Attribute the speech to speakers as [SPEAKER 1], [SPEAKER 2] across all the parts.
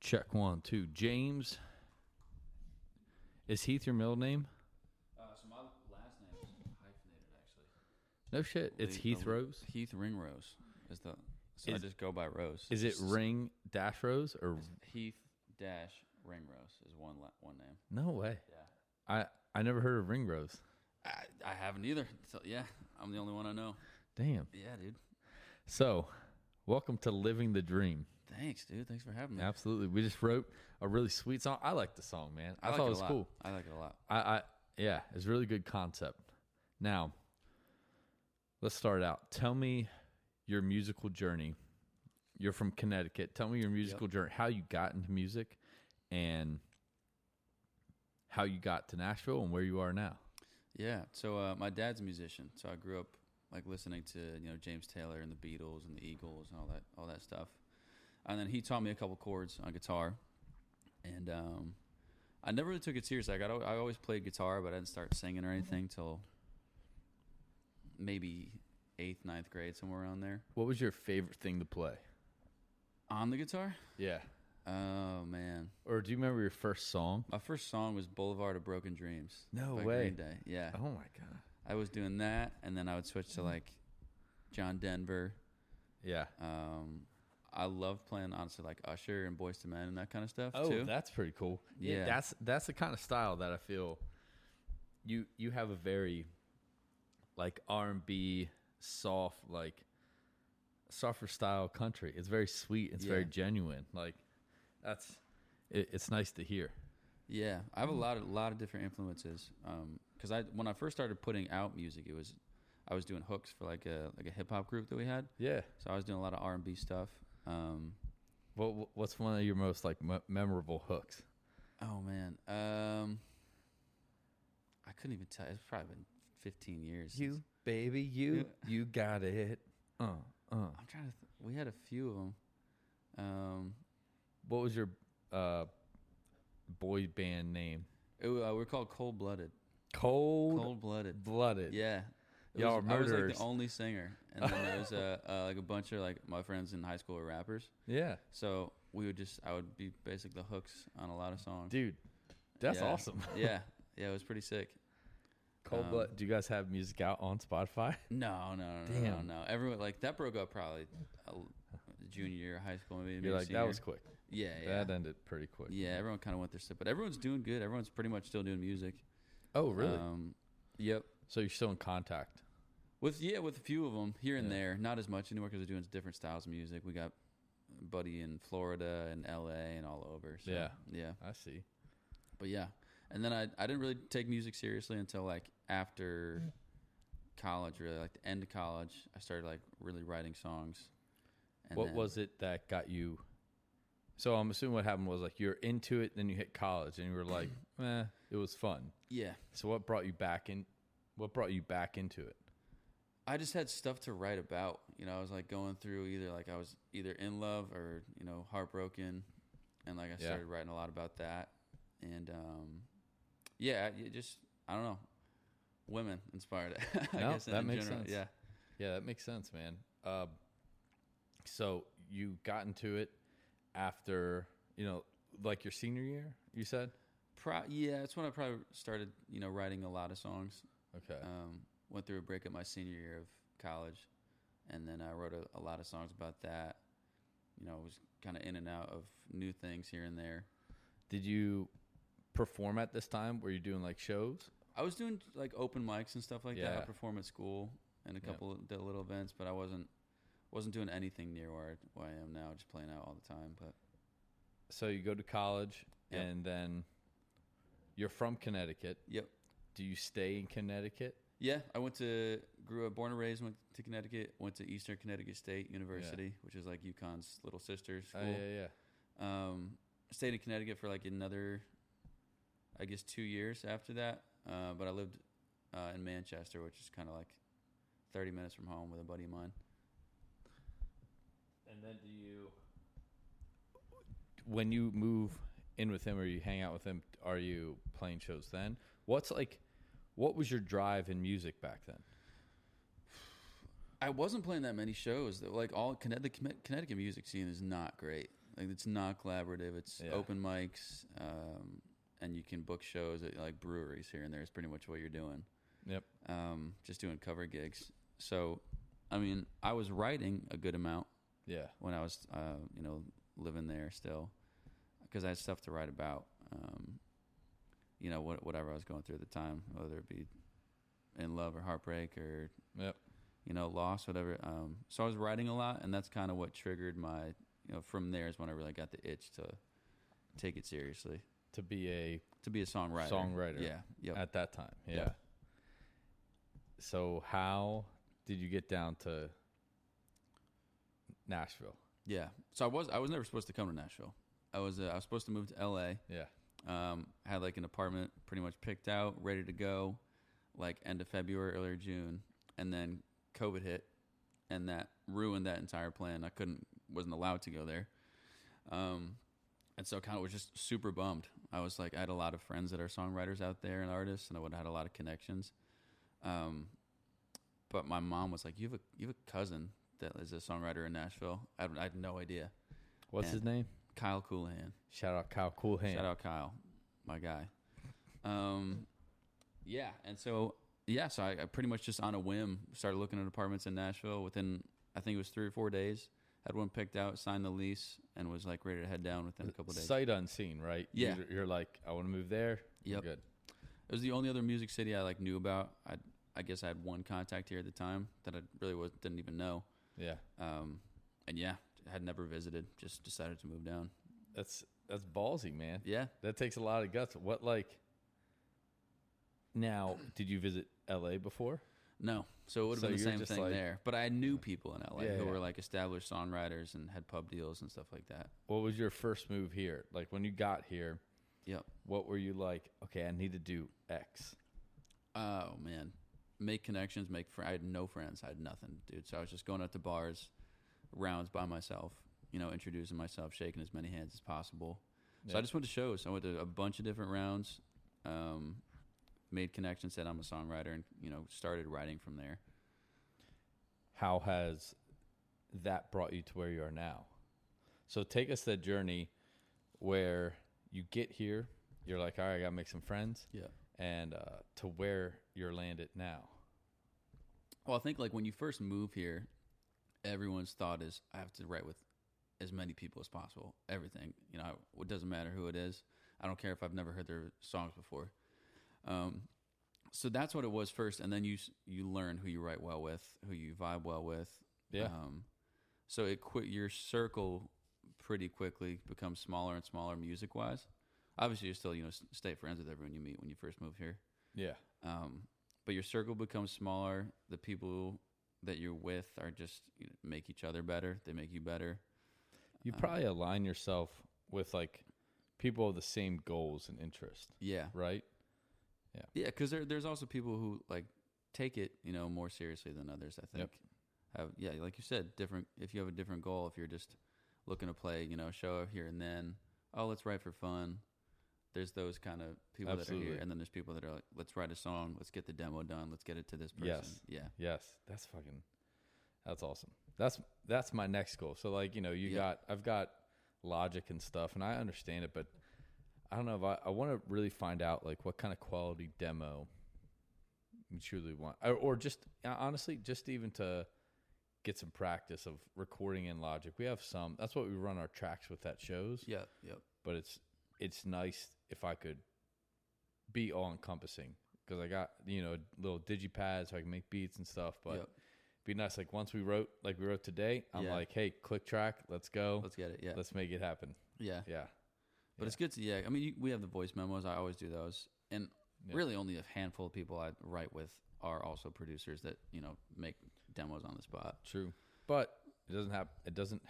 [SPEAKER 1] Check one, two. James. Is Heath your middle name?
[SPEAKER 2] Uh, so my last name is hyphenated, actually.
[SPEAKER 1] No shit. It's
[SPEAKER 2] The-
[SPEAKER 1] Heath
[SPEAKER 2] the-
[SPEAKER 1] Rose.
[SPEAKER 2] uh, Heath Ringrose is the. So I
[SPEAKER 1] Is-
[SPEAKER 2] just go by Rose.
[SPEAKER 1] Is it
[SPEAKER 2] It's
[SPEAKER 1] Ring Dash Rose or
[SPEAKER 2] Heath Dash Ringrose is one la- one name.
[SPEAKER 1] no way?
[SPEAKER 2] Yeah.
[SPEAKER 1] I I never heard of Ring Rose.
[SPEAKER 2] I, I haven't either. So yeah, I'm the only one I know.
[SPEAKER 1] Damn.
[SPEAKER 2] Yeah, dude.
[SPEAKER 1] So, welcome to living the dream.
[SPEAKER 2] Thanks, dude. Thanks for having me.
[SPEAKER 1] Absolutely. We just wrote a really sweet song. I like the song, man. I,
[SPEAKER 2] like
[SPEAKER 1] thought it
[SPEAKER 2] a
[SPEAKER 1] was
[SPEAKER 2] lot.
[SPEAKER 1] cool.
[SPEAKER 2] I like it a lot.
[SPEAKER 1] I, I yeah, it's a really good concept. Now, let's start out. Tell me your musical journey. You're from Connecticut. Tell me your musical journey, how you got into music and how you got to Nashville and where you are now.
[SPEAKER 2] Yeah. So uh, my dad's a musician, so I grew up like listening to you know James Taylor and the Beatles and the Eagles and all that all that stuff. And then he taught me a couple chords on guitar, and um, I never really took it seriously. Like I got I always played guitar, but I didn't start singing or anything
[SPEAKER 1] Mm-hmm.
[SPEAKER 2] till maybe eighth ninth grade somewhere around there
[SPEAKER 1] What was your favorite thing to play?
[SPEAKER 2] on the guitar.
[SPEAKER 1] Yeah.
[SPEAKER 2] Oh man,
[SPEAKER 1] Or do you remember your first song?
[SPEAKER 2] my first song was Boulevard of Broken Dreams.
[SPEAKER 1] No
[SPEAKER 2] by
[SPEAKER 1] way.
[SPEAKER 2] Green Day. Yeah.
[SPEAKER 1] Oh my god.
[SPEAKER 2] I was doing that, and then I would switch to
[SPEAKER 1] Mm-hmm.
[SPEAKER 2] like John Denver.
[SPEAKER 1] Yeah.
[SPEAKER 2] Um, I love playing honestly like Usher and Boyz II Men and that kind of stuff
[SPEAKER 1] Oh,
[SPEAKER 2] too.
[SPEAKER 1] that's pretty cool.
[SPEAKER 2] Yeah.
[SPEAKER 1] that's that's the kind of style that I feel. You you have a very like R and B soft like softer style country. It's very sweet. It's very
[SPEAKER 2] Yeah.
[SPEAKER 1] genuine. Like that's it, it's nice to hear.
[SPEAKER 2] yeah, I
[SPEAKER 1] Mm.
[SPEAKER 2] have a lot of lot of different influences. Um 'cause because I when I first started putting out music, it was I was doing hooks for like a like a hip hop group that we had.
[SPEAKER 1] Yeah.
[SPEAKER 2] So I was doing a lot of R and B stuff. Um,
[SPEAKER 1] What what's one of your most like me- memorable hooks?
[SPEAKER 2] oh man, um, I couldn't even tell. It's probably been fifteen years. since-
[SPEAKER 1] baby, you you got it. Uh uh.
[SPEAKER 2] I'm trying to. Th- we had a few of them. Um,
[SPEAKER 1] What was your uh boy band name?
[SPEAKER 2] it, wa- uh, we we're called Cold Blooded.
[SPEAKER 1] Cold,
[SPEAKER 2] Cold Blooded.
[SPEAKER 1] blooded.
[SPEAKER 2] Yeah. It
[SPEAKER 1] Y'all
[SPEAKER 2] was-
[SPEAKER 1] are
[SPEAKER 2] I was like
[SPEAKER 1] murderers.
[SPEAKER 2] the only singer, and then there was uh, uh, like a bunch of like my friends in high school were rappers.
[SPEAKER 1] Yeah.
[SPEAKER 2] So we would just I would be basically the hooks on a lot of songs.
[SPEAKER 1] dude that's
[SPEAKER 2] Yeah.
[SPEAKER 1] awesome
[SPEAKER 2] yeah, yeah, it was pretty sick.
[SPEAKER 1] cold
[SPEAKER 2] Um,
[SPEAKER 1] blood do you guys have music out on spotify
[SPEAKER 2] No, no, no, no,
[SPEAKER 1] Damn.
[SPEAKER 2] no. Everyone like that broke up probably uh, junior year of high school. Maybe, maybe
[SPEAKER 1] you're like
[SPEAKER 2] senior.
[SPEAKER 1] that was quick
[SPEAKER 2] Yeah, yeah,
[SPEAKER 1] that ended pretty quick
[SPEAKER 2] yeah. Everyone kind of went their step, but everyone's doing good. Everyone's pretty much still doing music.
[SPEAKER 1] oh really
[SPEAKER 2] Um, yep.
[SPEAKER 1] so you're still in contact
[SPEAKER 2] With yeah, with a few of them here and
[SPEAKER 1] Yeah.
[SPEAKER 2] there, not as much anymore because we're doing different styles of music. We got buddy in Florida and L.A. and all over. So,
[SPEAKER 1] Yeah.
[SPEAKER 2] yeah,
[SPEAKER 1] i see
[SPEAKER 2] but yeah, and then I I didn't really take music seriously until like after college, really like the end of college. I started like really writing songs. And
[SPEAKER 1] what
[SPEAKER 2] then-
[SPEAKER 1] was it that got you so i'm assuming what happened was like you're into it then you hit college and you were like eh, it was fun
[SPEAKER 2] Yeah,
[SPEAKER 1] so what brought you back in what brought you back into it
[SPEAKER 2] I just had stuff to write about. You know, I was like going through either like I was either in love or you know heartbroken, and like I
[SPEAKER 1] Yeah.
[SPEAKER 2] started writing a lot about that. And um, yeah, it just I don't know, women inspired it. I
[SPEAKER 1] No,
[SPEAKER 2] in
[SPEAKER 1] that makes sense.
[SPEAKER 2] Yeah,
[SPEAKER 1] yeah that makes sense man uh, so you got into it after you know like your senior year you said
[SPEAKER 2] Pro- yeah, that's when I probably started you know writing a lot of songs.
[SPEAKER 1] okay
[SPEAKER 2] Um, went through a breakup my senior year of college, and then I wrote a, a lot of songs about that. You know, I was kind of in and out of new things here and there.
[SPEAKER 1] Did you perform at this time? Were you doing like shows?
[SPEAKER 2] I was doing like open mics and stuff like that.
[SPEAKER 1] Yeah.
[SPEAKER 2] I perform at school and a
[SPEAKER 1] Yeah.
[SPEAKER 2] couple of the little events, but I wasn't wasn't doing anything near where I, where I am now. Just playing out all the time. But
[SPEAKER 1] So you go to college
[SPEAKER 2] Yep.
[SPEAKER 1] and then you're from Connecticut.
[SPEAKER 2] yep,
[SPEAKER 1] Do you stay in Connecticut?
[SPEAKER 2] yeah. I went to grew up, born and raised, went to Connecticut, went to Eastern Connecticut State University, which is like UConn's little sister school.
[SPEAKER 1] Oh, yeah, yeah.
[SPEAKER 2] um, stayed in Connecticut for like another, I guess, two years after that. Uh, but I lived uh, in Manchester, which is kind of like thirty minutes from home, with a buddy of mine.
[SPEAKER 1] And then do you. When you move in with him or you hang out with him, are you playing shows then? What's like. What was your drive in music back then?
[SPEAKER 2] I wasn't playing that many shows. Like all Connecticut, the Connecticut music scene is not great. Like it's not collaborative. It's
[SPEAKER 1] Yeah.
[SPEAKER 2] open mics, um, and you can book shows at like breweries here and there. Is pretty much what you're doing.
[SPEAKER 1] Yep.
[SPEAKER 2] Um, just doing cover gigs. So, I mean, I was writing a good amount
[SPEAKER 1] Yeah.
[SPEAKER 2] when I was, uh, you know, living there still, because I had stuff to write about. Um, you know, what, whatever I was going through at the time, whether it be in love or heartbreak or,
[SPEAKER 1] Yep.
[SPEAKER 2] you know, loss, whatever. Um, so I was writing a lot, and that's kind of what triggered my, you know, from there is when I really got the itch to take it seriously,
[SPEAKER 1] To be a
[SPEAKER 2] to be a songwriter.
[SPEAKER 1] Songwriter.
[SPEAKER 2] Yeah. Yep.
[SPEAKER 1] at that time. Yeah.
[SPEAKER 2] Yep.
[SPEAKER 1] So how did you get down to Nashville?
[SPEAKER 2] yeah. So I was I was never supposed to come to Nashville. I was uh, I was supposed to move to L.A.
[SPEAKER 1] Yeah.
[SPEAKER 2] um, had like an apartment pretty much picked out, ready to go, like end of February, earlier June, and then COVID hit, and that ruined that entire plan. I couldn't, wasn't allowed to go there, um, and so kind of was just super bummed. I was like, I had a lot of friends that are songwriters out there and artists, and I would have had a lot of connections, um, but my mom was like, "You have a you have a cousin that is a songwriter in Nashville." I, had- I had no idea.
[SPEAKER 1] What's his name?
[SPEAKER 2] Kyle Coolahan.
[SPEAKER 1] Shout out Kyle Coolhand.
[SPEAKER 2] Shout out Kyle, my guy. Um, yeah, and so yeah, so I, I pretty much just on a whim started looking at apartments in Nashville. Within I think it was three or four days, had one picked out, signed the lease, and was like ready to head down within a couple days.
[SPEAKER 1] Sight unseen, right?
[SPEAKER 2] Yeah.
[SPEAKER 1] You're, you're like, I want to move there. We're
[SPEAKER 2] Yep.
[SPEAKER 1] Good.
[SPEAKER 2] It was the only other music city I like knew about. I I guess I had one contact here at the time that I really was, didn't even know.
[SPEAKER 1] Yeah.
[SPEAKER 2] Um, and yeah, had never visited. Just decided to move down.
[SPEAKER 1] That's that's ballsy, man.
[SPEAKER 2] Yeah,
[SPEAKER 1] That takes a lot of guts. What like? Now, did you visit L.A. before?
[SPEAKER 2] No. So it would have
[SPEAKER 1] So
[SPEAKER 2] been the
[SPEAKER 1] you're
[SPEAKER 2] same
[SPEAKER 1] just
[SPEAKER 2] thing
[SPEAKER 1] like-
[SPEAKER 2] there. But I knew people in LA
[SPEAKER 1] Yeah,
[SPEAKER 2] who
[SPEAKER 1] yeah.
[SPEAKER 2] were like established songwriters and had pub deals and stuff like that.
[SPEAKER 1] What was your first move here? Like when you got here,
[SPEAKER 2] Yep.
[SPEAKER 1] what were you like? Okay, I need to do X.
[SPEAKER 2] Oh man. Make connections, make friends. I had no friends. I had nothing, dude. So I was just going out to bars, rounds by myself, you know, introducing myself, shaking as many hands as possible. So
[SPEAKER 1] Yeah.
[SPEAKER 2] I just went to shows. I went to a bunch of different rounds, um, made connections, said I'm a songwriter, and, you know, started writing from there.
[SPEAKER 1] how has that brought you to where you are now? So take us that journey where you get here, you're like, all right, I gotta make some friends,
[SPEAKER 2] Yeah.
[SPEAKER 1] and uh, to where you're landed now.
[SPEAKER 2] Well, I think like when you first move here, everyone's thought is I have to write with as many people as possible. Everything, you know, it doesn't matter who it is. I don't care if I've never heard their songs before. Um, so that's what it was first, and then you s- you learn who you write well with, who you vibe well with.
[SPEAKER 1] Yeah,
[SPEAKER 2] Um, so it quit your circle pretty quickly becomes smaller and smaller music wise. Obviously, you still you know s- stay friends with everyone you meet when you first move here.
[SPEAKER 1] yeah,
[SPEAKER 2] Um, but your circle becomes smaller. The people that you're with are just you know, make each other better. They make you better.
[SPEAKER 1] you
[SPEAKER 2] Uh,
[SPEAKER 1] probably align yourself with like people of the same goals and interest,
[SPEAKER 2] Yeah,
[SPEAKER 1] right?
[SPEAKER 2] yeah. Because there, there's also people who like take it you know more seriously than others. I think.
[SPEAKER 1] Yep.
[SPEAKER 2] Have, yeah, like you said, different. If you have a different goal, if you're just looking to play, you know, show up here and then, oh, let's write for fun. There's those kind of people that are
[SPEAKER 1] Absolutely.
[SPEAKER 2] here, and then there's people that are like, let's write a song, let's get the demo done, let's get it to this person.
[SPEAKER 1] Yes.
[SPEAKER 2] Yeah.
[SPEAKER 1] Yes, that's fucking, that's awesome. That's that's my next goal. So like you know you
[SPEAKER 2] Yeah.
[SPEAKER 1] got I've got logic and stuff, and I understand it, but I don't know if I, I want to really find out like what kind of quality demo you truly want, or, or just uh, honestly just even to get some practice of recording in Logic. We have some. That's what we run our tracks with at shows,
[SPEAKER 2] Yeah. Yep.
[SPEAKER 1] but it's it's nice if I could be all encompassing because I got you know little digipad so I can make beats and stuff, but
[SPEAKER 2] yep.
[SPEAKER 1] be nice. Like once we wrote, like we wrote today, I'm
[SPEAKER 2] Yeah.
[SPEAKER 1] like, hey, click track, let's go,
[SPEAKER 2] Let's
[SPEAKER 1] let's,
[SPEAKER 2] get it. Yeah.
[SPEAKER 1] make it happen.
[SPEAKER 2] Yeah.
[SPEAKER 1] Yeah,
[SPEAKER 2] But
[SPEAKER 1] Yeah.
[SPEAKER 2] it's good to yeah. I mean, you, we have the voice memos. I always do those, and
[SPEAKER 1] Yeah.
[SPEAKER 2] really only a handful of people I write with are also producers that you know make demos on the spot.
[SPEAKER 1] true. But it doesn't have, it doesn't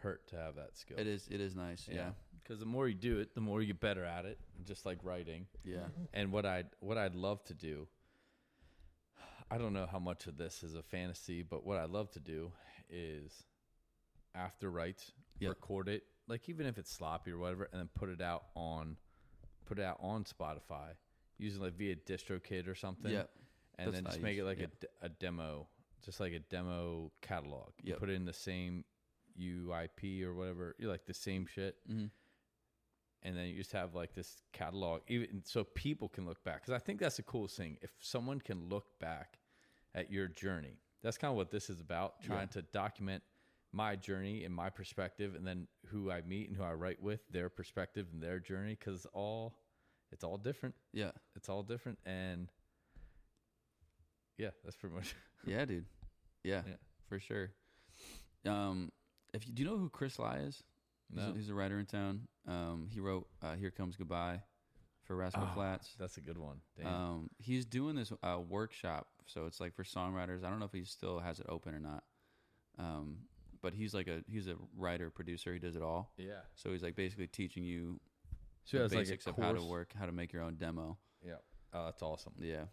[SPEAKER 1] hurt to have that skill.
[SPEAKER 2] It is it is nice. Yeah,
[SPEAKER 1] because the more you do it, the more you get better at it. Just like writing,
[SPEAKER 2] yeah,
[SPEAKER 1] and what I what I'd love to do. I don't know how much of this is a fantasy, but what I love to do is after writes,
[SPEAKER 2] Yeah.
[SPEAKER 1] record it, like even if it's sloppy or whatever, and then put it out on put it out on Spotify using like via DistroKid or something.
[SPEAKER 2] yeah.
[SPEAKER 1] and
[SPEAKER 2] That's
[SPEAKER 1] then
[SPEAKER 2] what
[SPEAKER 1] just
[SPEAKER 2] I
[SPEAKER 1] make it
[SPEAKER 2] use,
[SPEAKER 1] like
[SPEAKER 2] yeah.
[SPEAKER 1] a, de- a demo, just like a demo catalog. You
[SPEAKER 2] Yep.
[SPEAKER 1] put it in the same UIP or whatever, you like the same shit,
[SPEAKER 2] Mhm.
[SPEAKER 1] and then you just have like this catalog, even so people can look back. Because I think that's the coolest thing. If someone can look back at your journey, that's kind of what this is about. Trying to document my journey and my perspective, and then who I meet and who I write with, their perspective and their journey, because all it's all different.
[SPEAKER 2] Yeah.
[SPEAKER 1] It's all different, and yeah, that's pretty much.
[SPEAKER 2] Yeah, dude. Yeah,
[SPEAKER 1] Yeah.
[SPEAKER 2] for sure. Um, if you do you know who Chris Lai is? He's a-
[SPEAKER 1] No.
[SPEAKER 2] He's, a, writer in town. Um, he wrote uh, "Here Comes Goodbye" for Rascal
[SPEAKER 1] Oh,
[SPEAKER 2] Flats.
[SPEAKER 1] That's a good one. Damn.
[SPEAKER 2] Um, he's doing this uh, workshop, so it's like for songwriters. I don't know if he still has it open or not. Um, but he's like a he's a writer producer. He does it all.
[SPEAKER 1] yeah.
[SPEAKER 2] So he's like basically teaching you
[SPEAKER 1] So
[SPEAKER 2] the
[SPEAKER 1] that's like a
[SPEAKER 2] basics of how to
[SPEAKER 1] course.
[SPEAKER 2] work, how to make your own demo.
[SPEAKER 1] Yeah. Oh, that's awesome.
[SPEAKER 2] Yeah,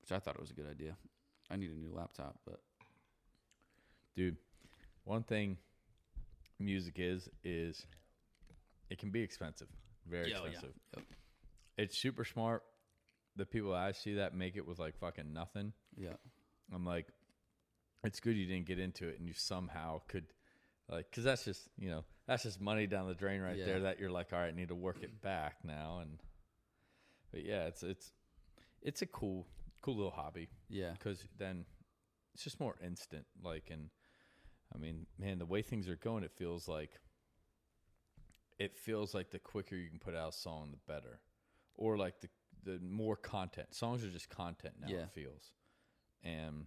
[SPEAKER 2] which I thought it was a good idea. I need a new laptop, but
[SPEAKER 1] Dude, one thing music is is it can be expensive. Very
[SPEAKER 2] Yeah, oh, yeah.
[SPEAKER 1] expensive.
[SPEAKER 2] Yep.
[SPEAKER 1] It's super smart. The people I see that make it with like fucking nothing.
[SPEAKER 2] yeah,
[SPEAKER 1] I'm like, it's good you didn't get into it and you somehow could like cuz that's just, you know, that's just money down the drain right
[SPEAKER 2] Yeah.
[SPEAKER 1] there that you're like, all right, I need to work it back now and but yeah, it's it's it's a cool cool little hobby.
[SPEAKER 2] yeah.
[SPEAKER 1] because then it's just more instant like and i mean man the way things are going it feels like it feels like the quicker you can put out a song the better or like the the more content songs are just content now
[SPEAKER 2] Yeah.
[SPEAKER 1] it feels and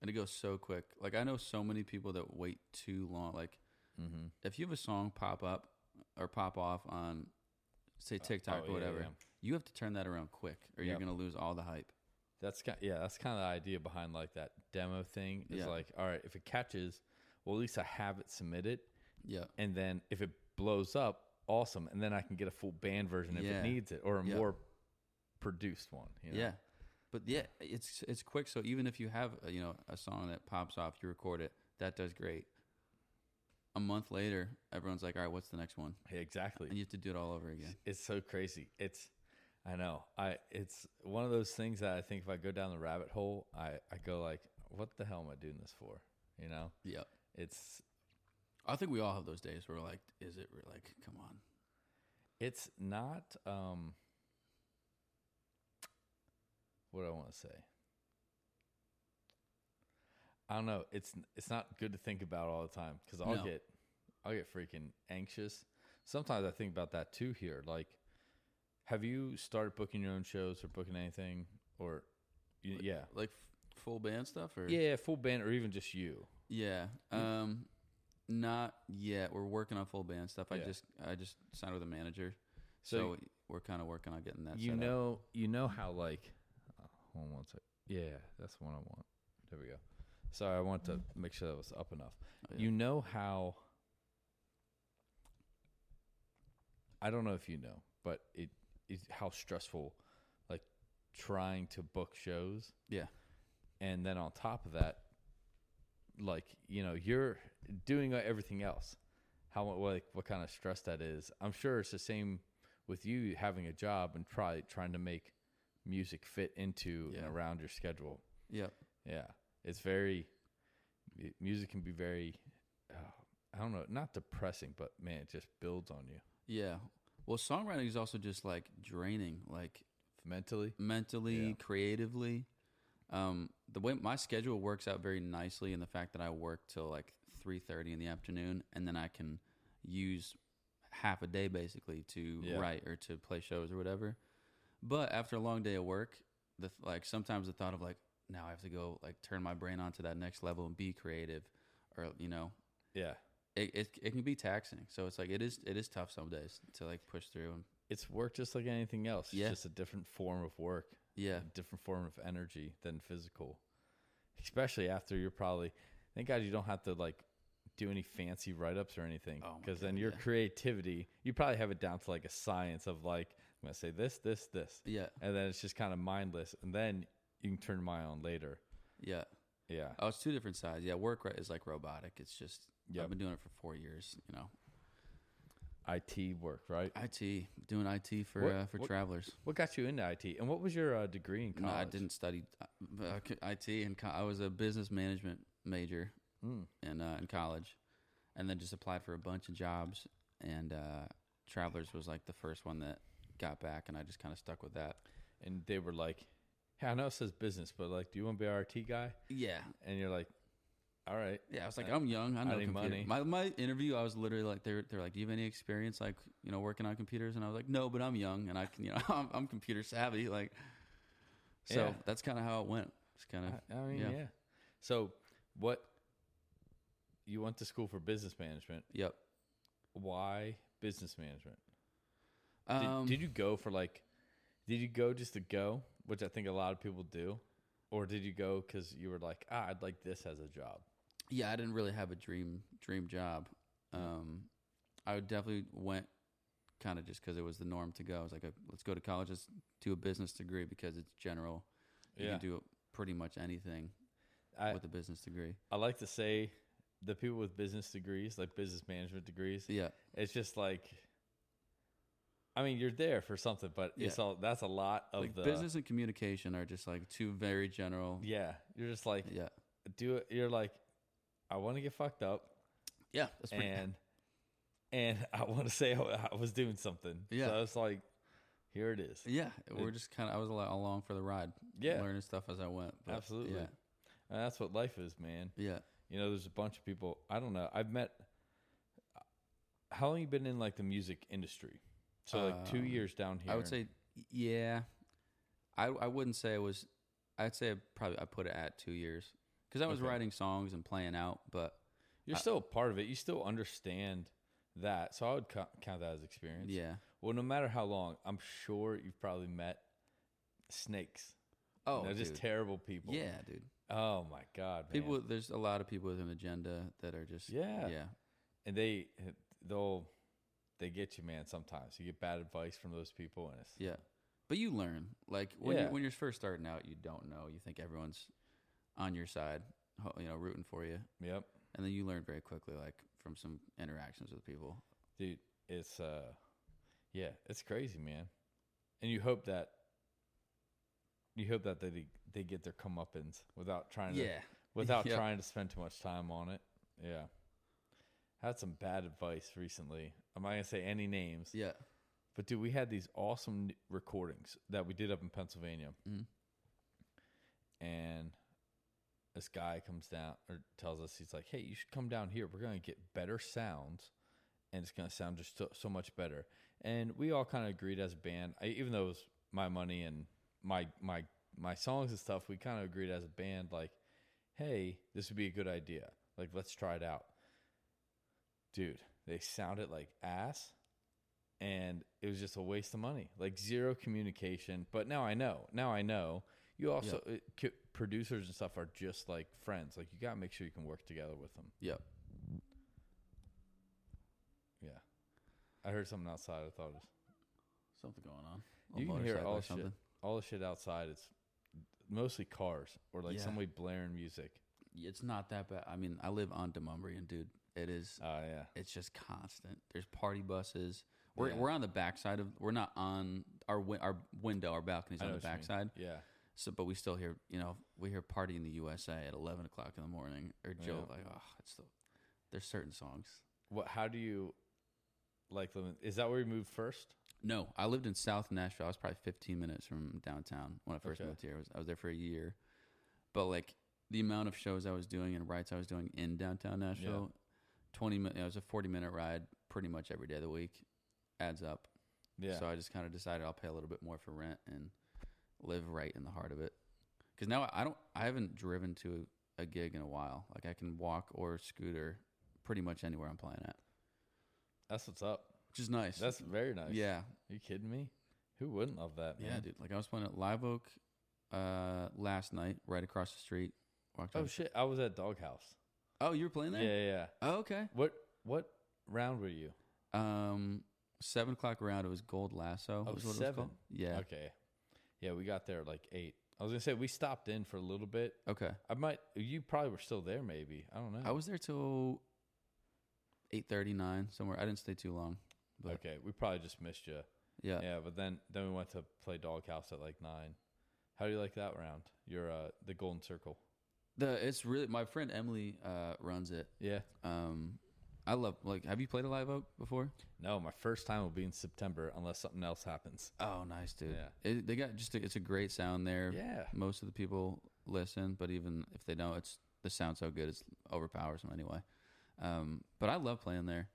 [SPEAKER 2] and it goes so quick. Like I know so many people that wait too long. Like
[SPEAKER 1] mhm.
[SPEAKER 2] if you have a song pop up or pop off on say TikTok
[SPEAKER 1] oh,
[SPEAKER 2] or
[SPEAKER 1] yeah,
[SPEAKER 2] whatever,
[SPEAKER 1] yeah.
[SPEAKER 2] you have to turn that around quick or
[SPEAKER 1] Yep.
[SPEAKER 2] you're gonna lose all the hype.
[SPEAKER 1] that's kind yeah that's kind of the idea behind like that demo thing is
[SPEAKER 2] Yeah.
[SPEAKER 1] like all right if it catches well at least i have it submitted
[SPEAKER 2] Yeah.
[SPEAKER 1] and then if it blows up, awesome, and then I can get a full band version if
[SPEAKER 2] Yeah.
[SPEAKER 1] it needs it, or a
[SPEAKER 2] Yeah.
[SPEAKER 1] more produced one. you know?
[SPEAKER 2] Yeah. But yeah, it's it's quick. So even if you have uh, you know a song that pops off, you record it, that does great. A month later, everyone's like, "All right, what's the next one?"
[SPEAKER 1] Hey, exactly.
[SPEAKER 2] And you have to do it all over again.
[SPEAKER 1] It's so crazy. It's, I know. I it's one of those things that I think if I go down the rabbit hole, I I go like, what the hell am I doing this for? You know,
[SPEAKER 2] Yep.
[SPEAKER 1] it's
[SPEAKER 2] I think we all have those days where we're like, "Is it re- like, come on?"
[SPEAKER 1] it's not um what do I want to say. I don't know. It's it's not good to think about all the time because I'll
[SPEAKER 2] No.
[SPEAKER 1] get I'll get freaking anxious. Sometimes I think about that too. Here, like, have you started booking your own shows or booking anything or, y- yeah,
[SPEAKER 2] Like f- full band stuff or
[SPEAKER 1] yeah, Mm-hmm. full band or even just you?
[SPEAKER 2] Yeah. Um not yet. We're working on full band stuff. I
[SPEAKER 1] Yeah.
[SPEAKER 2] just I just signed with a manager.
[SPEAKER 1] So
[SPEAKER 2] So, we're kind of working on getting that
[SPEAKER 1] you
[SPEAKER 2] set up.
[SPEAKER 1] know you know how like oh, hold on one sec yeah that's the one i want there we go sorry i want to make sure that was up enough
[SPEAKER 2] Oh, yeah.
[SPEAKER 1] you know how i don't know if you know but it is how stressful like trying to book shows
[SPEAKER 2] Yeah.
[SPEAKER 1] and then on top of that like you know you're doing everything else how like what kind of stress that is i'm sure it's the same with you having a job and try trying to make music fit into
[SPEAKER 2] Yeah.
[SPEAKER 1] and around your schedule
[SPEAKER 2] Yep.
[SPEAKER 1] yeah it's very mu- music can be very uh, i don't know not depressing but man it just builds on you
[SPEAKER 2] Yeah. Well, songwriting is also just like draining, like
[SPEAKER 1] mentally
[SPEAKER 2] mentally,
[SPEAKER 1] Yeah.
[SPEAKER 2] creatively. Um, the way my schedule works out very nicely in the fact that I work till like three thirty in the afternoon, and then I can use half a day basically to
[SPEAKER 1] Yeah.
[SPEAKER 2] write or to play shows or whatever. But after a long day of work, the th- like sometimes the thought of like now I have to go like turn my brain on to that next level and be creative, or you know,
[SPEAKER 1] yeah
[SPEAKER 2] it it, it can be taxing. So it's like it is it is tough some days to like push through and
[SPEAKER 1] it's work just like anything else
[SPEAKER 2] Yeah.
[SPEAKER 1] it's just a different form of work
[SPEAKER 2] yeah
[SPEAKER 1] a different form of energy than physical. Especially after you're probably thank God you don't have to like do any fancy write ups or anything.
[SPEAKER 2] Oh my
[SPEAKER 1] Because then
[SPEAKER 2] God,
[SPEAKER 1] your
[SPEAKER 2] yeah.
[SPEAKER 1] creativity, you probably have it down to like a science of like, I'm gonna say this, this, this.
[SPEAKER 2] yeah
[SPEAKER 1] And then it's just kind of mindless. And then you can turn mine on later.
[SPEAKER 2] yeah.
[SPEAKER 1] Yeah.
[SPEAKER 2] Oh, it's two different sides. Yeah, work ri- is like robotic. It's just
[SPEAKER 1] Yep.
[SPEAKER 2] I've been doing it for four years. You know,
[SPEAKER 1] IT work, right?
[SPEAKER 2] IT doing IT for
[SPEAKER 1] What-
[SPEAKER 2] uh, for
[SPEAKER 1] what-
[SPEAKER 2] travelers.
[SPEAKER 1] What got you into IT? And what was your uh, degree in
[SPEAKER 2] No,
[SPEAKER 1] college?
[SPEAKER 2] I didn't study uh, uh, c- IT, and co- I was a business management major
[SPEAKER 1] Mm.
[SPEAKER 2] in uh, in college, and then just applied for a bunch of jobs. And uh, Travelers was like the first one that got back, and I just kind of stuck with that.
[SPEAKER 1] And they were like, "Hey, I know it says business, but like, do you want to be our IT guy?"
[SPEAKER 2] Yeah,
[SPEAKER 1] And you're like, "All right."
[SPEAKER 2] yeah. I was like,
[SPEAKER 1] I-
[SPEAKER 2] I'm young. I know
[SPEAKER 1] need
[SPEAKER 2] computer.
[SPEAKER 1] money.
[SPEAKER 2] My my interview, I was literally like, they're they're like, do you have any experience like you know working on computers? And I was like, no, but I'm young and I can you know I'm, I'm computer savvy. Like, so
[SPEAKER 1] Yeah. Uh,
[SPEAKER 2] that's kind of how it went. Just kind of
[SPEAKER 1] I, I mean, yeah.
[SPEAKER 2] yeah.
[SPEAKER 1] So, what you went to school for business management?
[SPEAKER 2] yep.
[SPEAKER 1] Why business management? Did,
[SPEAKER 2] Um,
[SPEAKER 1] did you go for like? Did you go just to go, which I think a lot of people do, or did you go because you were like, ah, I'd like this as a job?
[SPEAKER 2] yeah, I didn't really have a dream dream job. Um, I would definitely went kind of just because it was the norm to go. I was like, let's go to college, let's do a business degree because it's general. You can do pretty much anything
[SPEAKER 1] I,
[SPEAKER 2] with a business degree.
[SPEAKER 1] I like to say the people with business degrees, like business management degrees,
[SPEAKER 2] Yeah,
[SPEAKER 1] it's just like, I mean, you're there for something, but it's all that's a lot of
[SPEAKER 2] like
[SPEAKER 1] the
[SPEAKER 2] business and communication are just like two very general.
[SPEAKER 1] Yeah, you're just like,
[SPEAKER 2] Yeah,
[SPEAKER 1] do it. You're like, I want to get fucked up,
[SPEAKER 2] yeah, that's pretty.
[SPEAKER 1] and and I want to say I I was doing something.
[SPEAKER 2] Yeah.
[SPEAKER 1] so it's like, here it is.
[SPEAKER 2] yeah, we're just kind of. I was al- along for the ride.
[SPEAKER 1] Yeah.
[SPEAKER 2] learning stuff as I went. but
[SPEAKER 1] Absolutely.
[SPEAKER 2] Yeah,
[SPEAKER 1] And that's what life is, man.
[SPEAKER 2] yeah.
[SPEAKER 1] You know, there's a bunch of people. I don't know. I've met. How long you been in like the music industry? So like two
[SPEAKER 2] Um,
[SPEAKER 1] years down here.
[SPEAKER 2] I would say, yeah. I I wouldn't say it was. I'd say probably I put it at two years because I was
[SPEAKER 1] Okay.
[SPEAKER 2] writing songs and playing out, but
[SPEAKER 1] you're
[SPEAKER 2] I-
[SPEAKER 1] still a part of it. You still understand that. So I would co- count that as experience.
[SPEAKER 2] yeah.
[SPEAKER 1] Well, no matter how long, I'm sure you've probably met snakes. You
[SPEAKER 2] Oh,
[SPEAKER 1] know, just
[SPEAKER 2] dude.
[SPEAKER 1] terrible people.
[SPEAKER 2] yeah, dude.
[SPEAKER 1] Oh my God, man.
[SPEAKER 2] People, there's a lot of people with an agenda that are just
[SPEAKER 1] Yeah.
[SPEAKER 2] yeah,
[SPEAKER 1] and they they'll they get you, man. Sometimes you get bad advice from those people, and it's
[SPEAKER 2] Yeah. But you learn. Like when
[SPEAKER 1] Yeah.
[SPEAKER 2] you when you're first starting out, you don't know. You think everyone's on your side, ho- you know, rooting for you.
[SPEAKER 1] yep,
[SPEAKER 2] And then you learn very quickly like from some interactions with people.
[SPEAKER 1] dude. It's uh, yeah, it's crazy, man. And you hope that you hope that they they get their comeuppance without trying to without
[SPEAKER 2] Yep.
[SPEAKER 1] trying to spend too much time on it. Yeah, had some bad advice recently. I'm not gonna say any names.
[SPEAKER 2] Yeah.
[SPEAKER 1] But dude, we had these awesome n- recordings that we did up in Pennsylvania,
[SPEAKER 2] Mhm.
[SPEAKER 1] and this guy comes down or tells us he's like, "Hey, you should come down here. We're gonna get better sounds, and it's gonna sound just so, so much better." And we all kind of agreed as a band, I, even though it was my money and my my my songs and stuff. We kind of agreed as a band, like, "Hey, this would be a good idea. Like, let's try it out." Dude, they sounded like ass and it was just a waste of money like zero communication but now i know now i know you also it, c- producers and stuff are just like friends like you gotta make sure you can work together with them
[SPEAKER 2] Yep.
[SPEAKER 1] yeah i heard something outside i thought it was
[SPEAKER 2] Something going on. A
[SPEAKER 1] you can hear
[SPEAKER 2] motorcycle or
[SPEAKER 1] all the shit all the shit outside it's mostly cars or like
[SPEAKER 2] Yeah.
[SPEAKER 1] somebody blaring music
[SPEAKER 2] It's not that bad. I mean, I live on Demumbrian, dude. It is
[SPEAKER 1] oh yeah
[SPEAKER 2] it's just constant. There's party buses. We're
[SPEAKER 1] Yeah.
[SPEAKER 2] we're on the backside of we're not on our win- our window, our balcony's
[SPEAKER 1] I
[SPEAKER 2] on
[SPEAKER 1] know
[SPEAKER 2] the
[SPEAKER 1] what you mean.
[SPEAKER 2] backside.
[SPEAKER 1] yeah
[SPEAKER 2] So, but we still hear, you know, we hear "Party in the USA" at eleven o'clock in the morning, or Joe like, oh, it's the. There's certain songs.
[SPEAKER 1] what how do you like living- is that where you moved first
[SPEAKER 2] No, I lived in South Nashville. I was probably 15 minutes from downtown when I first
[SPEAKER 1] Okay.
[SPEAKER 2] moved here. I was, I was there for a year, but like the amount of shows I was doing and rights I was doing in downtown Nashville, 20 minutes. It was a 40 minute ride pretty much every day of the week, adds up.
[SPEAKER 1] yeah
[SPEAKER 2] So I just kind of decided I'll pay a little bit more for rent and live right in the heart of it. Because now I don't, I haven't driven to a gig in a while. Like I can walk or scooter pretty much anywhere I'm playing at,
[SPEAKER 1] that's what's up
[SPEAKER 2] which is nice.
[SPEAKER 1] that's very nice
[SPEAKER 2] yeah,
[SPEAKER 1] you kidding me who wouldn't love that man
[SPEAKER 2] yeah, dude. Like I was playing at Live Oak uh, last night, right across the street. Walked
[SPEAKER 1] Oh
[SPEAKER 2] over-
[SPEAKER 1] shit! I was at Doghouse.
[SPEAKER 2] oh, you were playing
[SPEAKER 1] Yeah,
[SPEAKER 2] there?
[SPEAKER 1] yeah. yeah.
[SPEAKER 2] Oh, okay.
[SPEAKER 1] What what round were you?
[SPEAKER 2] Um, seven o'clock round. It was Gold Lasso.
[SPEAKER 1] Oh,
[SPEAKER 2] was what
[SPEAKER 1] seven.
[SPEAKER 2] It was called. Yeah.
[SPEAKER 1] Okay. Yeah, we got there at like eight. I was gonna say we stopped in for a little bit.
[SPEAKER 2] Okay.
[SPEAKER 1] I might. You probably were still there. Maybe I don't know.
[SPEAKER 2] I was there till eight thirty nine somewhere. I didn't stay too long. but-
[SPEAKER 1] okay. We probably just missed you.
[SPEAKER 2] Yeah.
[SPEAKER 1] yeah, but then then we went to play Doghouse at like nine. How do you like that round? Your uh the Golden Circle.
[SPEAKER 2] The it's really my friend Emily uh, runs it.
[SPEAKER 1] Yeah.
[SPEAKER 2] Um, I love like. Have you played a live oak before?
[SPEAKER 1] No, my first time will be in September unless something else happens.
[SPEAKER 2] Oh, nice, dude.
[SPEAKER 1] Yeah.
[SPEAKER 2] It, they got just a, it's a great sound there.
[SPEAKER 1] Yeah.
[SPEAKER 2] Most of the people listen, but even if they don't, it's the sound's so good it's overpowers them anyway. Um, but I love playing there.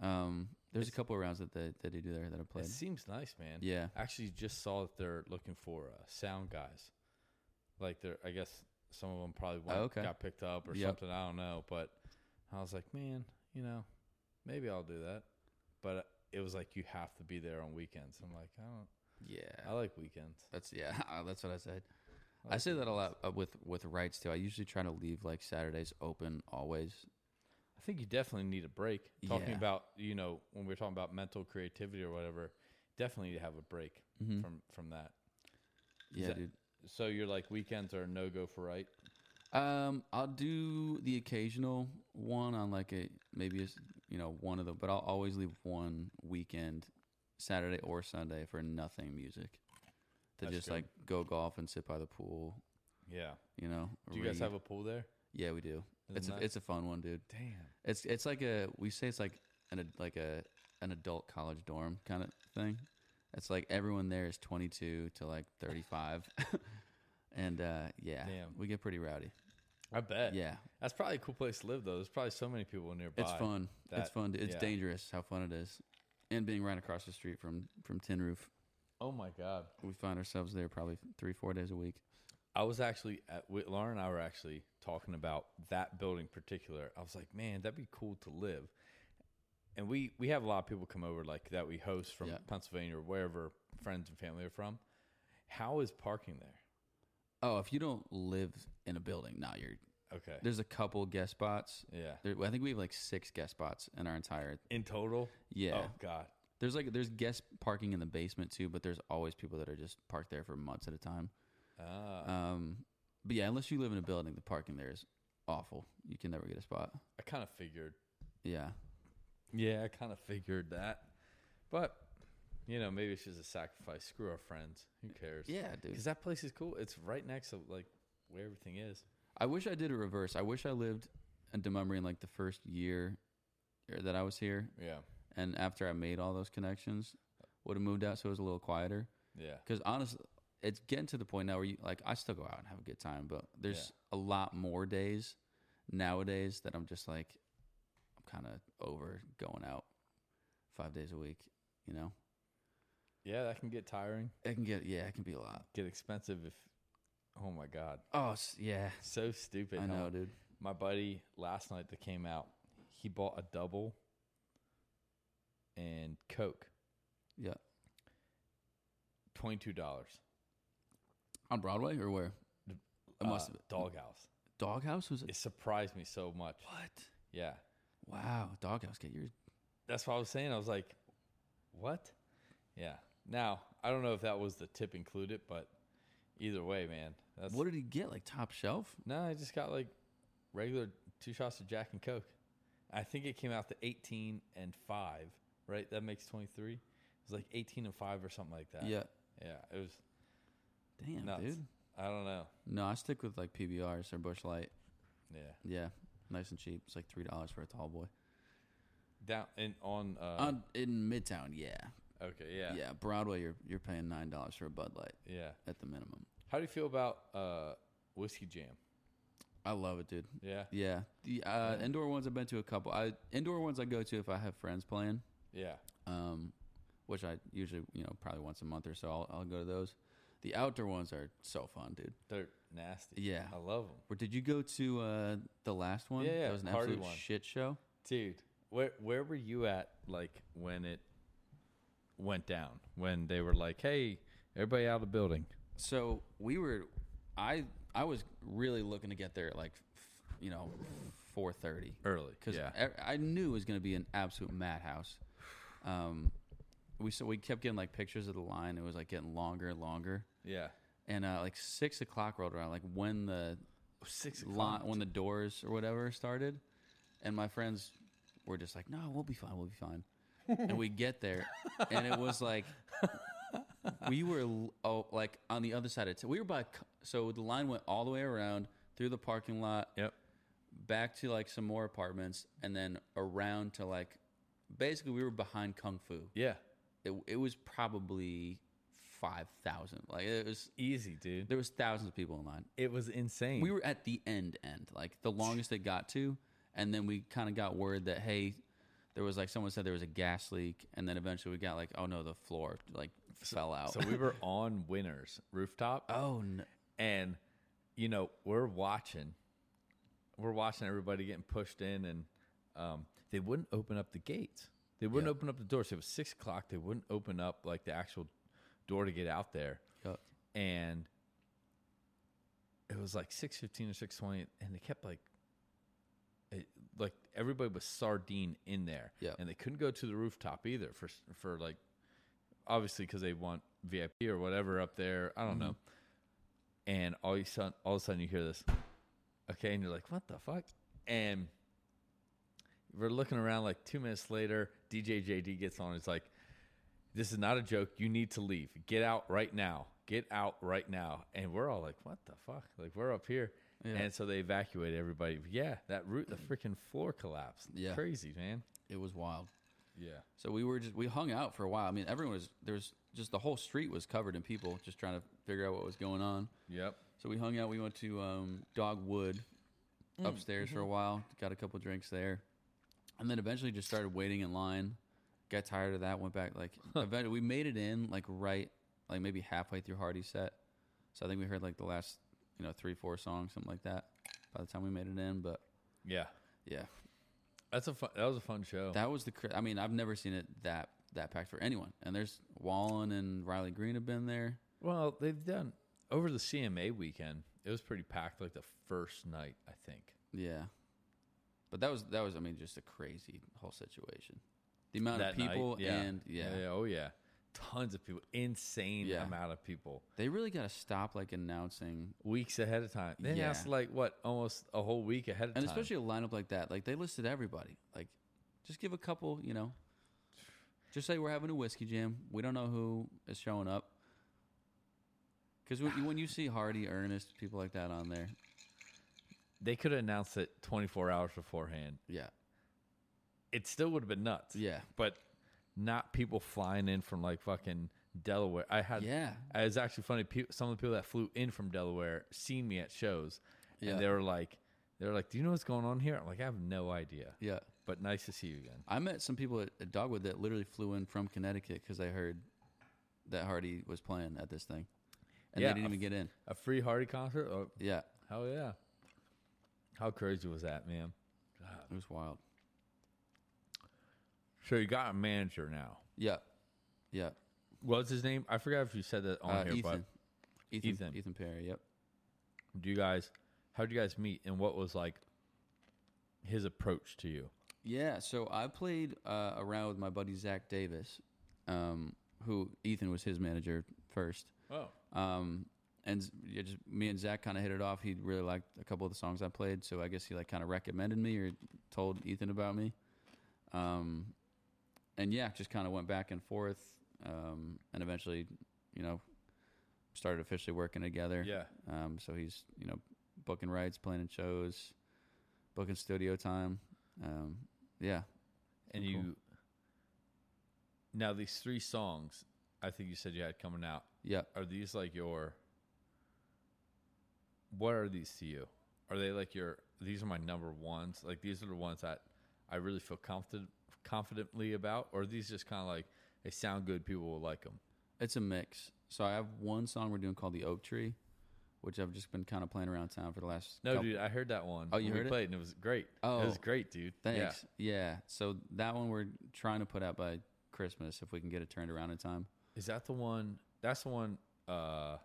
[SPEAKER 2] Um, there's a couple of rounds that they, that they do there that I played.
[SPEAKER 1] It seems nice, man.
[SPEAKER 2] Yeah.
[SPEAKER 1] Actually, just saw that they're looking for uh, sound guys. Like they're, I guess some of them probably went,
[SPEAKER 2] Oh, okay.
[SPEAKER 1] got picked up or
[SPEAKER 2] Yep.
[SPEAKER 1] something. I don't know, but I was like, man, you know, maybe I'll do that. But uh, it was like you have to be there on weekends. I'm like, I don't.
[SPEAKER 2] Yeah.
[SPEAKER 1] I like weekends.
[SPEAKER 2] That's yeah. That's what I said.
[SPEAKER 1] I
[SPEAKER 2] I
[SPEAKER 1] like
[SPEAKER 2] say that a lot uh, with with rights too. I usually try to leave like Saturdays open always.
[SPEAKER 1] I think you definitely need a break. Talking
[SPEAKER 2] Yeah.
[SPEAKER 1] about you know when we were talking about mental creativity or whatever, definitely need to have a break
[SPEAKER 2] Mhm.
[SPEAKER 1] from from that. Is
[SPEAKER 2] Yeah,
[SPEAKER 1] that-
[SPEAKER 2] dude.
[SPEAKER 1] So you're like weekends are no go for right.
[SPEAKER 2] Um, I'll do the occasional one on like a maybe it's you know one of them, but I'll always leave one weekend, Saturday or Sunday for nothing music, to
[SPEAKER 1] That's
[SPEAKER 2] just
[SPEAKER 1] good.
[SPEAKER 2] like go golf and sit by the pool.
[SPEAKER 1] Yeah.
[SPEAKER 2] You know.
[SPEAKER 1] Do you guys
[SPEAKER 2] read.
[SPEAKER 1] have a pool there?
[SPEAKER 2] Yeah, we do.
[SPEAKER 1] Is it
[SPEAKER 2] It's a,
[SPEAKER 1] nice?
[SPEAKER 2] it's a fun one, dude.
[SPEAKER 1] damn.
[SPEAKER 2] It's it's like a we say it's like an ad- like a an adult college dorm kind of thing. It's like everyone there is 22 to like 35, and uh, yeah,
[SPEAKER 1] Damn.
[SPEAKER 2] we get pretty rowdy.
[SPEAKER 1] I bet.
[SPEAKER 2] Yeah,
[SPEAKER 1] That's probably a cool place to live though. There's probably so many people nearby.
[SPEAKER 2] it's fun. it's
[SPEAKER 1] that-
[SPEAKER 2] fun. dude. It's
[SPEAKER 1] yeah.
[SPEAKER 2] dangerous how fun it is, and being right across the street from from Tin Roof,
[SPEAKER 1] Oh my god.
[SPEAKER 2] we find ourselves there probably three four days a week.
[SPEAKER 1] I was actually at we- Lauren and I were actually talking about that building in particular. I was like, man, that'd be cool to live. And we we have a lot of people come over like that we host from
[SPEAKER 2] Yeah.
[SPEAKER 1] Pennsylvania or wherever friends and family are from. How is parking there?
[SPEAKER 2] Oh, if you don't live in a building, now you're
[SPEAKER 1] Okay.
[SPEAKER 2] there's a couple guest spots.
[SPEAKER 1] yeah.
[SPEAKER 2] There, I think we have like six guest spots in our entire
[SPEAKER 1] In total?
[SPEAKER 2] yeah.
[SPEAKER 1] Oh god.
[SPEAKER 2] There's like there's guest parking in the basement too, but there's always people that are just parked there for months at a time.
[SPEAKER 1] Ah.
[SPEAKER 2] Um, but yeah, unless you live in a building, the parking there is awful. You can never get a spot.
[SPEAKER 1] I kind of figured.
[SPEAKER 2] Yeah,
[SPEAKER 1] Yeah, I kind of figured that. But you know, maybe it's just a sacrifice. Screw our friends. Who cares?
[SPEAKER 2] yeah, dude.
[SPEAKER 1] Because that place is cool. It's right next to like where everything is.
[SPEAKER 2] I wish I did a reverse. I wish I lived in Demumbrian like the first year er, that I was here,
[SPEAKER 1] Yeah.
[SPEAKER 2] and after I made all those connections, would have moved out so it was a little quieter.
[SPEAKER 1] Yeah.
[SPEAKER 2] Because honestly, it's getting to the point now where you like I still go out and have a good time, but there's a lot more days nowadays that I'm just like I'm kind of over going out five days a week. You know,
[SPEAKER 1] Yeah, that can get tiring.
[SPEAKER 2] it can get yeah, it can be a lot.
[SPEAKER 1] Get expensive if oh my god.
[SPEAKER 2] Oh s- yeah,
[SPEAKER 1] So stupid.
[SPEAKER 2] I
[SPEAKER 1] how-
[SPEAKER 2] know, dude.
[SPEAKER 1] My buddy last night that came out, he bought a double and Coke.
[SPEAKER 2] Yeah,
[SPEAKER 1] Twenty two dollars.
[SPEAKER 2] on Broadway or where? It must have
[SPEAKER 1] Uh, doghouse.
[SPEAKER 2] Doghouse was it?
[SPEAKER 1] It surprised me so much.
[SPEAKER 2] What?
[SPEAKER 1] Yeah.
[SPEAKER 2] Wow, Doghouse. Get your
[SPEAKER 1] That's what I was saying. I was like, what? Yeah. Now, I don't know if that was the tip included, but either way, man. That's
[SPEAKER 2] what did he get? Like top shelf?
[SPEAKER 1] No, I just got like regular two shots of Jack and Coke. I think it came out to 18 and 5, right? That makes 23. It was like 18 and 5 or something like that.
[SPEAKER 2] Yeah.
[SPEAKER 1] Yeah, it was
[SPEAKER 2] Damn,
[SPEAKER 1] nuts.
[SPEAKER 2] dude.
[SPEAKER 1] I don't know.
[SPEAKER 2] No, I stick with like PBRs or Bush Light.
[SPEAKER 1] Yeah.
[SPEAKER 2] Yeah, nice and cheap. It's like three dollars for a tall boy.
[SPEAKER 1] Down and on uh
[SPEAKER 2] On in Midtown, yeah.
[SPEAKER 1] okay,
[SPEAKER 2] yeah,
[SPEAKER 1] yeah. Yeah.
[SPEAKER 2] Broadway, you're you're paying nine dollars for a Bud Light at the minimum.
[SPEAKER 1] How do you feel about uh whiskey jam?
[SPEAKER 2] I love it, dude.
[SPEAKER 1] Yeah.
[SPEAKER 2] Yeah, the uh, indoor ones I've been to a couple. I indoor ones I go to if I have friends playing,
[SPEAKER 1] Yeah.
[SPEAKER 2] um, which I usually you know probably once a month or so. I'll, I'll go to those. The outdoor ones are so fun, dude.
[SPEAKER 1] They're nasty.
[SPEAKER 2] Yeah.
[SPEAKER 1] I love them.
[SPEAKER 2] Or did you go to uh, the last one?
[SPEAKER 1] Yeah, yeah,
[SPEAKER 2] that was an
[SPEAKER 1] party
[SPEAKER 2] absolute
[SPEAKER 1] one.
[SPEAKER 2] shit show.
[SPEAKER 1] Dude, where where were you at like when it went down? When they were like, "Hey, everybody out of the building."
[SPEAKER 2] So we were, I I was really looking to get there at like, f- you know, four thirty.
[SPEAKER 1] Early.
[SPEAKER 2] because
[SPEAKER 1] yeah.
[SPEAKER 2] I knew it was going to be an absolute madhouse. Um, we so we kept getting like pictures of the line. It was like getting longer and longer.
[SPEAKER 1] Yeah.
[SPEAKER 2] And uh, like six o'clock rolled around, like when the
[SPEAKER 1] Six
[SPEAKER 2] line, when the doors or whatever started, and my friends were just like, "No, we'll be fine. We'll be fine." and we get there, and it was like we were l- oh like on the other side of t- we were by c- so the line went all the way around through the parking lot
[SPEAKER 1] Yep.
[SPEAKER 2] back to like some more apartments, and then around to like basically we were behind Kung Fu.
[SPEAKER 1] Yeah.
[SPEAKER 2] It, it was probably five thousand. Like it was,
[SPEAKER 1] Easy, dude.
[SPEAKER 2] there was thousands of people in line.
[SPEAKER 1] It was insane.
[SPEAKER 2] We were at the end end, like the longest it got to, and then we kind of got word that hey, there was like someone said there was a gas leak, and then eventually we got like oh no, the floor like fell out.
[SPEAKER 1] so we were on Winners rooftop.
[SPEAKER 2] oh no.
[SPEAKER 1] and you know we're watching we're watching everybody getting pushed in and um, they wouldn't open up the gates they wouldn't
[SPEAKER 2] Yeah.
[SPEAKER 1] open up the doors it was six o'clock they wouldn't open up like the actual door to get out there
[SPEAKER 2] Yep.
[SPEAKER 1] and it was like 6.15 or 6.20 and they kept like it, like everybody was sardine in there
[SPEAKER 2] Yep.
[SPEAKER 1] and they couldn't go to the rooftop either for s- for like obviously because they want vip or whatever up there i don't know and all you sudden, all of a sudden you hear this okay and you're like what the fuck and we're looking around like two minutes later dj jd gets on he's like this is not a joke you need to leave get out right now get out right now and we're all like what the fuck like we're up here
[SPEAKER 2] Yeah.
[SPEAKER 1] and so they evacuate everybody yeah that root the freaking floor collapsed
[SPEAKER 2] Yeah.
[SPEAKER 1] crazy man
[SPEAKER 2] It was wild.
[SPEAKER 1] yeah
[SPEAKER 2] So we were just we hung out for a while. I mean, everyone was there was just the whole street was covered in people just trying to figure out what was going on.
[SPEAKER 1] yep
[SPEAKER 2] So we hung out. We went to um, Dogwood upstairs for a while. Got a couple drinks there, and then eventually just started waiting in line. Got tired of that. Went back. Like eventually we made it in like right like maybe halfway through Hardy's set. So I think we heard like the last you know three four songs something like that by the time we made it in. But
[SPEAKER 1] yeah
[SPEAKER 2] yeah,
[SPEAKER 1] that's a fun that was a fun show
[SPEAKER 2] that was the. cra- I mean, I've never seen it that that packed for anyone. And there's Wallen and Riley Green have been there.
[SPEAKER 1] Well, they've done over the CMA weekend. It was pretty packed, like the first night, I think.
[SPEAKER 2] Yeah, but that was that was. I mean, just a crazy whole situation. The amount
[SPEAKER 1] That
[SPEAKER 2] of
[SPEAKER 1] night,
[SPEAKER 2] people and yeah,
[SPEAKER 1] oh yeah, tons of people, insane
[SPEAKER 2] Yeah.
[SPEAKER 1] amount of people.
[SPEAKER 2] they really got to stop like announcing,
[SPEAKER 1] Weeks ahead of time, they
[SPEAKER 2] Yeah.
[SPEAKER 1] announced like what almost a whole week ahead of
[SPEAKER 2] and
[SPEAKER 1] time.
[SPEAKER 2] especially a lineup like that. Like they listed everybody. Like, just give a couple. You know, just say we're having a whiskey jam. We don't know who is showing up. Because when, when you see Hardy, Ernest, people like that on there,
[SPEAKER 1] they could have announced it 24 hours beforehand.
[SPEAKER 2] yeah,
[SPEAKER 1] It still would have been nuts.
[SPEAKER 2] yeah,
[SPEAKER 1] but not people flying in from like fucking Delaware. I had
[SPEAKER 2] yeah,
[SPEAKER 1] It was actually funny. Pe- some of the people that flew in from Delaware seen me at shows,
[SPEAKER 2] Yeah.
[SPEAKER 1] and they were like, "They were like, do you know what's going on here?" I'm like, "I have no idea."
[SPEAKER 2] yeah.
[SPEAKER 1] But nice to see you again.
[SPEAKER 2] I met some people at, at Dogwood that literally flew in from Connecticut because they heard that Hardy was playing at this thing, and
[SPEAKER 1] Yeah,
[SPEAKER 2] they didn't
[SPEAKER 1] I've-
[SPEAKER 2] even get in.
[SPEAKER 1] A free Hardy concert? Oh,
[SPEAKER 2] Yeah,
[SPEAKER 1] hell yeah! How crazy was that, man? Uh,
[SPEAKER 2] it was wild.
[SPEAKER 1] So you got a manager now.
[SPEAKER 2] Yeah, yeah.
[SPEAKER 1] What's his name? I forgot if you said that on
[SPEAKER 2] Uh,
[SPEAKER 1] here,
[SPEAKER 2] Ethan. Ethan,
[SPEAKER 1] Ethan.
[SPEAKER 2] Ethan, Perry. Yep.
[SPEAKER 1] but do you guys? How would you guys meet, and what was like his approach to you?
[SPEAKER 2] Yeah. So I played uh, around with my buddy Zach Davis, um, who Ethan was his manager first.
[SPEAKER 1] Oh,
[SPEAKER 2] Um, and z- yeah, just me and Zach kind of hit it off. He really liked a couple of the songs I played, so I guess he like kind of recommended me or told Ethan about me. Um, and yeah, just kind of went back and forth, um, and eventually, you know, started officially working together.
[SPEAKER 1] yeah,
[SPEAKER 2] Um, so he's you know booking rights, playing in shows, booking studio time. Um, yeah,
[SPEAKER 1] and
[SPEAKER 2] Cool.
[SPEAKER 1] you. Now these three songs, I think you said you had coming out.
[SPEAKER 2] yeah.
[SPEAKER 1] are these like your what are these to you are they like your these are my number ones like these are the ones that i really feel confident confidently about or are these just kind of like they sound good people will like them
[SPEAKER 2] It's a mix. So I have one song we're doing called "The Oak Tree," which I've just been kind of playing around town for the last.
[SPEAKER 1] no
[SPEAKER 2] couple-
[SPEAKER 1] dude i heard that one
[SPEAKER 2] Oh, you
[SPEAKER 1] when we
[SPEAKER 2] heard it?
[SPEAKER 1] played and it was great it was
[SPEAKER 2] Oh.
[SPEAKER 1] great dude Yeah.
[SPEAKER 2] Thanks. Yeah. So that one we're trying to put out by Christmas if we can get it turned around in time.
[SPEAKER 1] is that the one that's the one uh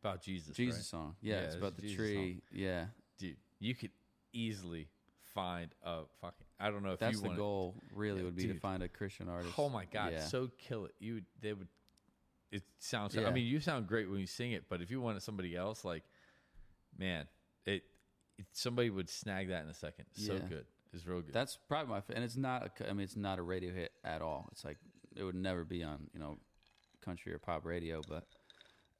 [SPEAKER 1] about jesus
[SPEAKER 2] Jesus
[SPEAKER 1] right?
[SPEAKER 2] song. Yeah,
[SPEAKER 1] Yeah,
[SPEAKER 2] it's
[SPEAKER 1] it's
[SPEAKER 2] about
[SPEAKER 1] a
[SPEAKER 2] the
[SPEAKER 1] Jesus
[SPEAKER 2] tree. Yeah.
[SPEAKER 1] dude you could easily find a fucking i don't know if
[SPEAKER 2] That's
[SPEAKER 1] you
[SPEAKER 2] the
[SPEAKER 1] wanna-
[SPEAKER 2] goal really
[SPEAKER 1] Yeah,
[SPEAKER 2] would be to
[SPEAKER 1] dude.
[SPEAKER 2] find a Christian artist.
[SPEAKER 1] Oh my god,
[SPEAKER 2] Yeah.
[SPEAKER 1] so kill it. You would- they would. It sounds. I
[SPEAKER 2] Yeah.
[SPEAKER 1] mean, you sound great when you sing it, but if you wanted somebody else, like, man, it, it somebody would snag that in a second. It's So
[SPEAKER 2] Yeah.
[SPEAKER 1] good. It's real good.
[SPEAKER 2] That's probably my fa- and it's not a c- I mean it's not a radio hit at all. It's like it would never be on, you know, country or pop radio, but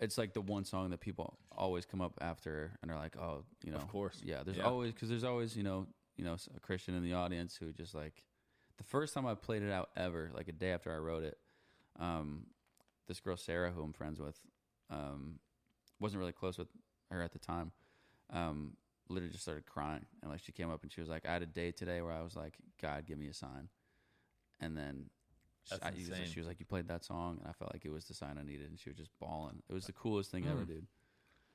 [SPEAKER 2] it's like the one song that people always come up after and are like, oh, you know,
[SPEAKER 1] Of course.
[SPEAKER 2] yeah. There's
[SPEAKER 1] Yeah.
[SPEAKER 2] always because there's always you know you know a Christian in the audience who just like the first time I played it out ever, like a day after I wrote it, um, this girl Sarah who I'm friends with, um, wasn't really close with her at the time, um, literally just started crying and like she came up and she was like, I had a day today where I was like, God, give me a sign, and then. she-
[SPEAKER 1] That's
[SPEAKER 2] I, she was like,
[SPEAKER 1] insane.
[SPEAKER 2] she was like, "You played that song," and I felt like it was the sign I needed, and she was just bawling. It was the coolest thing ever,
[SPEAKER 1] Mm.
[SPEAKER 2] dude.